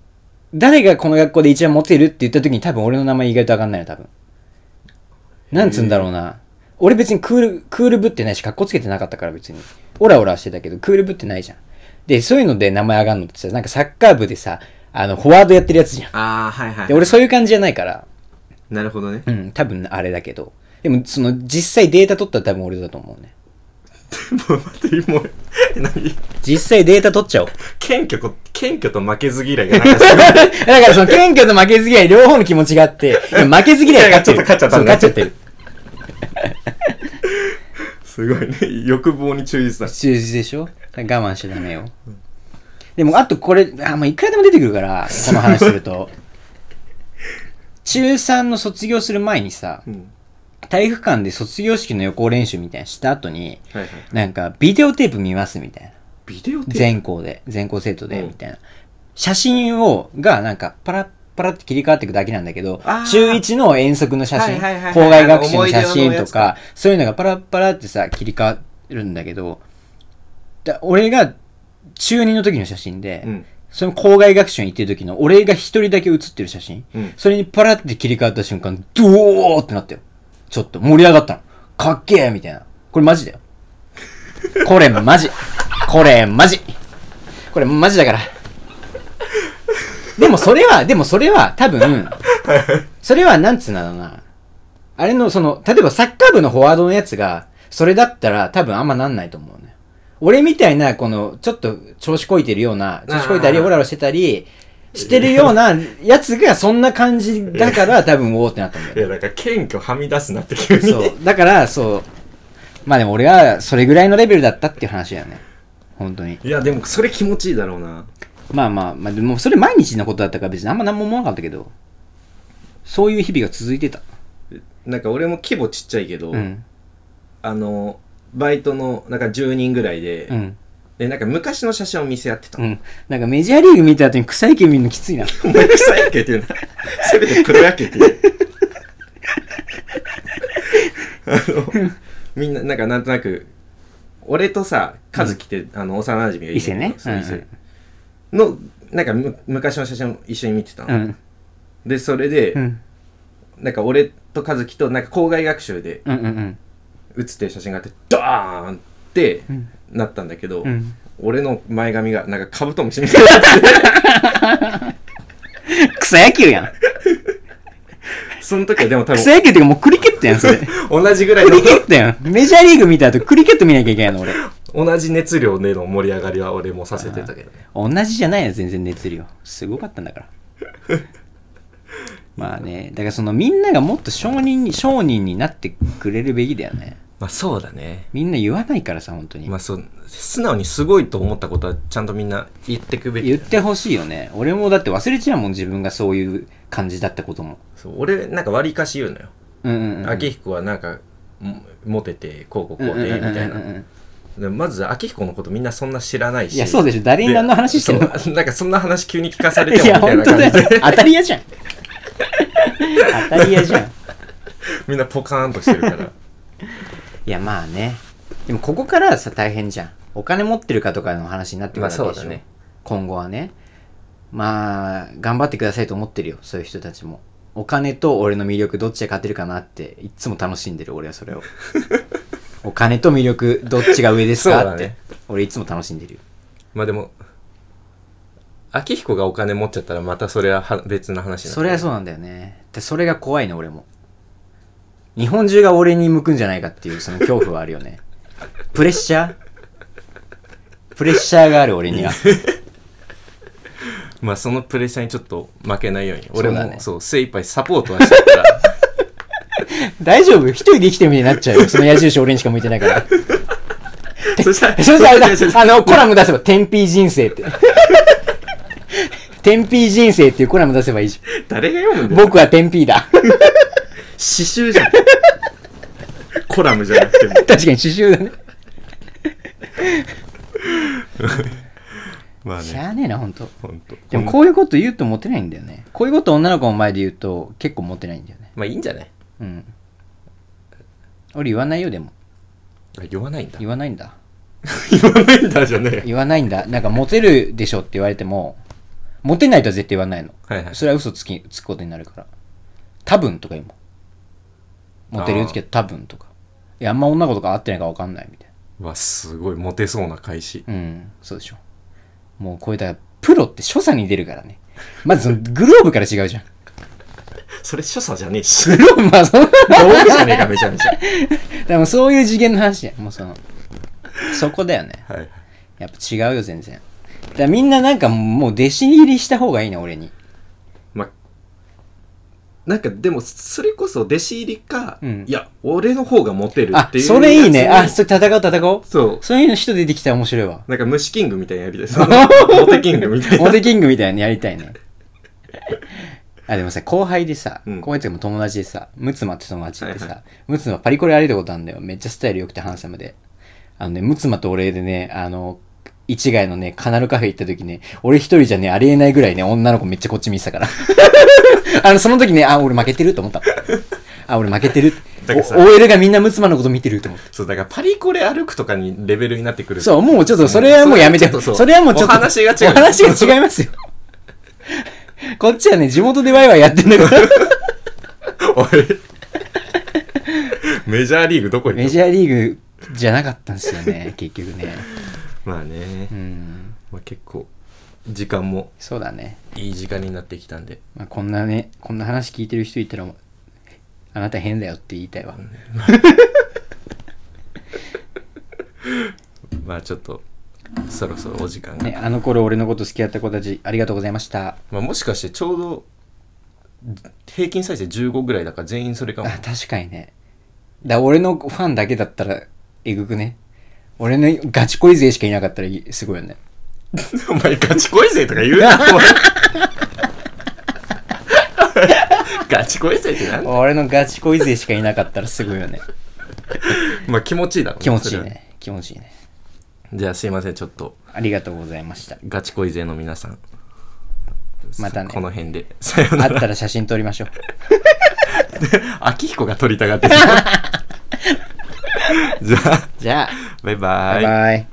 C: 誰がこの学校で一番モテるって言った時に多分俺の名前意外とわかんないの、多分。なんつうんだろうな。俺別にクール、クールぶってないし、格好つけてなかったから別に。オラオラしてたけど、クールぶってないじゃん。で、そういうので名前上がるのってさ、なんかサッカー部でさ、あの、フォワードやってるやつじゃん。
B: ああ、はいは
C: で、俺そういう感じじゃないから。
B: なるほどね。 *laughs*
C: うん、多分あれだけど。でも、その、実際データ取ったら多分俺だと思うね。
B: もう待って、もう、え何
C: 実際データ取っちゃおう。
B: 謙虚と、謙虚と負けず嫌いがなんかすごい
C: *laughs* だからその、謙虚と負けず嫌い、両方の気持ちがあって、いや負けず嫌いは勝ってる。
B: ちょっと勝っちゃった
C: そうん
B: だ
C: 勝っちゃってる。
B: すごい *laughs* ね。欲望に注意した。
C: 中止でしょ我慢しちゃダメよ。でも、あとこれ、あ、もういくらでも出てくるから、この話する
B: *laughs*
C: と。中3の卒業する前にさ
B: う、ん。
C: 体育館で卒業式の予行練習みたいなのした後に、
B: はいはい。
C: なんか、ビデオテープ見ますみたいな。
B: ビデオテー
C: 全校で、全校生徒で、
B: うん
C: みたいな。写真を、が、なんか、パラッパラって切り替わっていくだけなんだけど
B: あ、ー
C: 中1の遠足の写真、
B: はいはいはいはい
C: 校外学習の写
B: 思い出の
C: 真
B: や
C: と
B: つか
C: か、そういうのがパラッパラってさ、切り替わるんだけど、だ俺が中2の時の写真で、
B: プ。うん。
C: その校外学習に行ってる時の俺が一人だけ写ってる写真、
B: うん
C: それにパラって切り替わった瞬間、ドーってなったよ。ちょっと盛り上がったの。かっけえみたいな。これマジだよ。これマジ。これマジ。これマジだから。でもそれは、でもそれは多分、それはなんつうんだろうな。あれのその、例えばサッカー部のフォワードのやつが、それだったら多分あんまなんないと思うね。俺みたいな、この、ちょっと調子こいてるような、調子こいたり、
B: あー
C: オラオラしてたり、してるようなやつがそんな感じだから多分おおってなったんだよ
B: い。や、だから謙虚はみ出すなって急に。
C: そう。だから、そう。まあでも俺はそれぐらいのレベルだったっていう話だよね。本当に。
B: いや、でもそれ気持ちいいだろうな。
C: まあまあ、まあでもそれ毎日のことだったから別にあんま何も思わなかったけど、そういう日々が続いてた。
B: なんか俺も規模ちっちゃいけど、
C: うん。
B: あの、バイトの、なんか10人ぐらいで、
C: うん。
B: で、なんか昔の写真を見せ合ってた。
C: うん。なんかメジャーリーグ見た後に臭い毛見るのきついな。
B: お前草野球っていうな。せめてプロ野球っていう。あの、みんな、なんかなんとなく、俺とさ、和樹って、あの、幼馴染がいるんだけど
C: 伊勢ね
B: そう
C: うん
B: 伊勢のなんかむ昔の写真を一緒に見てた
C: う
B: の、
C: ん。
B: でそれで、
C: うん。
B: なんか俺と和樹となんか校外学習で
C: うんうん
B: 写ってる写真があってドーンって
C: うん。
B: なったんだけど、
C: うん。
B: 俺の前髪がなんかカブトムシみたいに
C: *laughs*
B: なって
C: 草野球やん。
B: てその時はでも多
C: 草
B: 分
C: 野球っていうかもうクリケットやん、そ *laughs* れ。
B: 同じぐらい
C: ク *laughs*
B: の
C: リケットやん。メジャーリーグ見た後クリケット見なきゃいけないの、俺。
B: 同じ熱量での盛り上がりは俺もさせてたけどね
C: 同じじゃないよ全然熱量すごかったん *laughs* だからまあねだからそのみんながもっと商人に商人になってくれるべきだよね
B: まあそうだね
C: みんな言わないからさ本当に、
B: まあそう素直にすごいと思ったことはちゃんとみんな言ってくべきだ
C: 言っ
B: よ
C: てほしいよね俺もだって忘れちゃうもん自分がそういう感じだったことも
B: そう俺なんか割りかし言うのよ
C: うんうんうん
B: 明彦はなんかもモテてこうこうこ
C: う
B: う
C: んうん
B: で
C: うんうんうん
B: みたいなでもまず明彦のことみんなそんな知らないし
C: いやそうでしょ誰に何の話してんの
B: そうなんかそんな話急に聞かされて
C: *laughs*
B: も
C: い
B: み
C: や
B: たい
C: 本
B: な
C: 当
B: 感
C: だ
B: じ
C: よ
B: で
C: 当たり屋
B: *laughs*
C: じゃん当たり屋じゃん
B: みんなポカーンとしてるから
C: いやまあねでもここからはさ大変じゃんお金持ってるかとかの話になってくるわけでしょ、
B: まあそうだね
C: 今後はねまあ頑張ってくださいと思ってるよそういう人たちもお金と俺の魅力どっちが勝てるかなっていっつも楽しんでる俺はそれ
B: *laughs*
C: をお金と魅力どっちが上です
B: そう
C: か
B: だ
C: っ
B: ね
C: て、俺いつも楽しんでるよ
B: まあでも明彦がお金持っちゃったらまたそれはは別の話にな
C: それはそうなんだよねでそれが怖いの俺も日本中が俺に向くんじゃないかっていうその恐怖はあるよね *laughs* プレッシャープレッシャーがある俺に *laughs* は
B: まあそのプレッシャーにちょっと負けないように俺
C: そう
B: も
C: だね
B: そう精一杯サポートはしてるから *laughs*
C: 大丈夫一人で生きてるみたいになっちゃうよ。その矢印俺にしか向いてない *laughs* から。
B: そしたら
C: *laughs* そしたらあ
B: 違う違う違う
C: れだ、あの、コラム出せば、天秤人生って。 *laughs* 天秤人生っていうコラム出せばいいじ
B: 誰が読む
C: ゃ
B: ん
C: ん。
B: だよ
C: 僕は天秤 *laughs* だ。確か
B: 刺繍じゃん *laughs* コラムじゃなくても
C: に刺繍だね。
B: まあ
C: し
B: ね
C: ゃあねえな、ほんと。
B: 本当。
C: でもこういうこと言うとモテないんだよね。こういうこと女の子の前で言うと結構モテないんだよね。
B: まあいいんじゃない
C: うん。俺言わないよ、でも。
B: あ言わないんだ
C: 言わないんだ。
B: 言わないんだじゃね
C: 言わないんだ。なんかモテるでしょって言われても、モテないとは絶対言わないの。
B: えはいはい
C: それは嘘つきつくことになるから多分とか言うもんモテるようつけど多分とかいやあんま女の子とか会ってないから分かんないみたいう
B: わすごいモテそうな開始
C: なうんそうでしょもうこういうだからプロって所作に出るからねまずそのグローブから違うじゃん
B: それ所作じゃねえ *laughs* し
C: グローブまあその
B: 道具じゃねえかめちゃめちゃ
C: でもそういう次元の話やもうそのそこだよね
B: はいはい
C: やっぱ違うよ全然だからみんななんかもう弟子入りした方がいいな俺に
B: まあなんかでもそれこそ弟子入りか、
C: うん
B: いや俺の方がモテるっ
C: あ
B: ていう
C: それいいね
B: や
C: あそ
B: つ
C: れ戦う戦おう
B: そう
C: そういうの人出てきたら面白いわ
B: なんか虫キングみたいなやりたいその
C: *laughs*
B: モテキングみたい
C: モ
B: な
C: テキングみたいにやりたいね。あ、でもさ、後輩でさ、
B: うん
C: 後輩っていうかもう友達でさ、ムツマって友達って
B: はい
C: さ、ムツマパリコレ歩いたことあるんだよ。めっちゃスタイル良くてハンサムで。あのね、ムツマと俺でね、あの、市街のね、カナルカフェ行った時ね、俺一人じゃね、ありえないぐらいね、女の子めっちゃこっち見てたから。 *laughs* あの、その時ね、あ、俺負けてると思った。あ、俺負けてる
B: だから。さ
C: お OL がみんなムツマのこと見てると思った。
B: そうだからパリコレ歩くとかにレベルになってくる
C: そう、もうちょっと、それはもうやめて
B: それはちょっとそう
C: それはもうちょっと。
B: お話が違う
C: お話が違いますよ。 *laughs* こっちはね、地元でワイワイやってん
B: *laughs*
C: だから。
B: *laughs* おいメジャーリーグどこ行
C: メ
B: った
C: ジャーリーグじゃなかったんですよね、結局ね。
B: まあね、
C: うん。
B: まあ、結構時間も
C: そうだね。
B: いい時間になってきたんで
C: まあ、こんなね、こんな話聞いてる人いたら、あなた変だよって言いたいわ。
B: まあちょっとそろそろお時間が、
C: ね、あの頃俺のこと好きだった子たち、ありがとうございました。
B: まあ、もしかしてちょうど平均再生15ぐらいだから全員それかも
C: あ、確かにね。だ俺のファンだけだったら、えぐくね。俺のガチ恋勢しかいなかったらいいすごいよね。
B: *laughs* お前ガチ恋勢とか言うな *laughs* お前ガチ恋勢ってなんだ
C: 俺のガチ恋勢しかいなかったらすごいよね。
B: まあ気持ちいいだろうね
C: 気持ちいい
B: それは
C: ね。気持ちいいね。
B: じゃあすいませんちょっと
C: ありがとうございました。
B: ガチ恋勢の皆さん
C: またね
B: この辺でさよう
C: あ
B: な
C: っ
B: ら
C: たら写真撮りましょう。
B: 秋
C: *laughs*
B: 彦が撮りたがってるじゃあ
C: じゃあ、
B: バイバ
C: バ
B: イ
C: イバイ。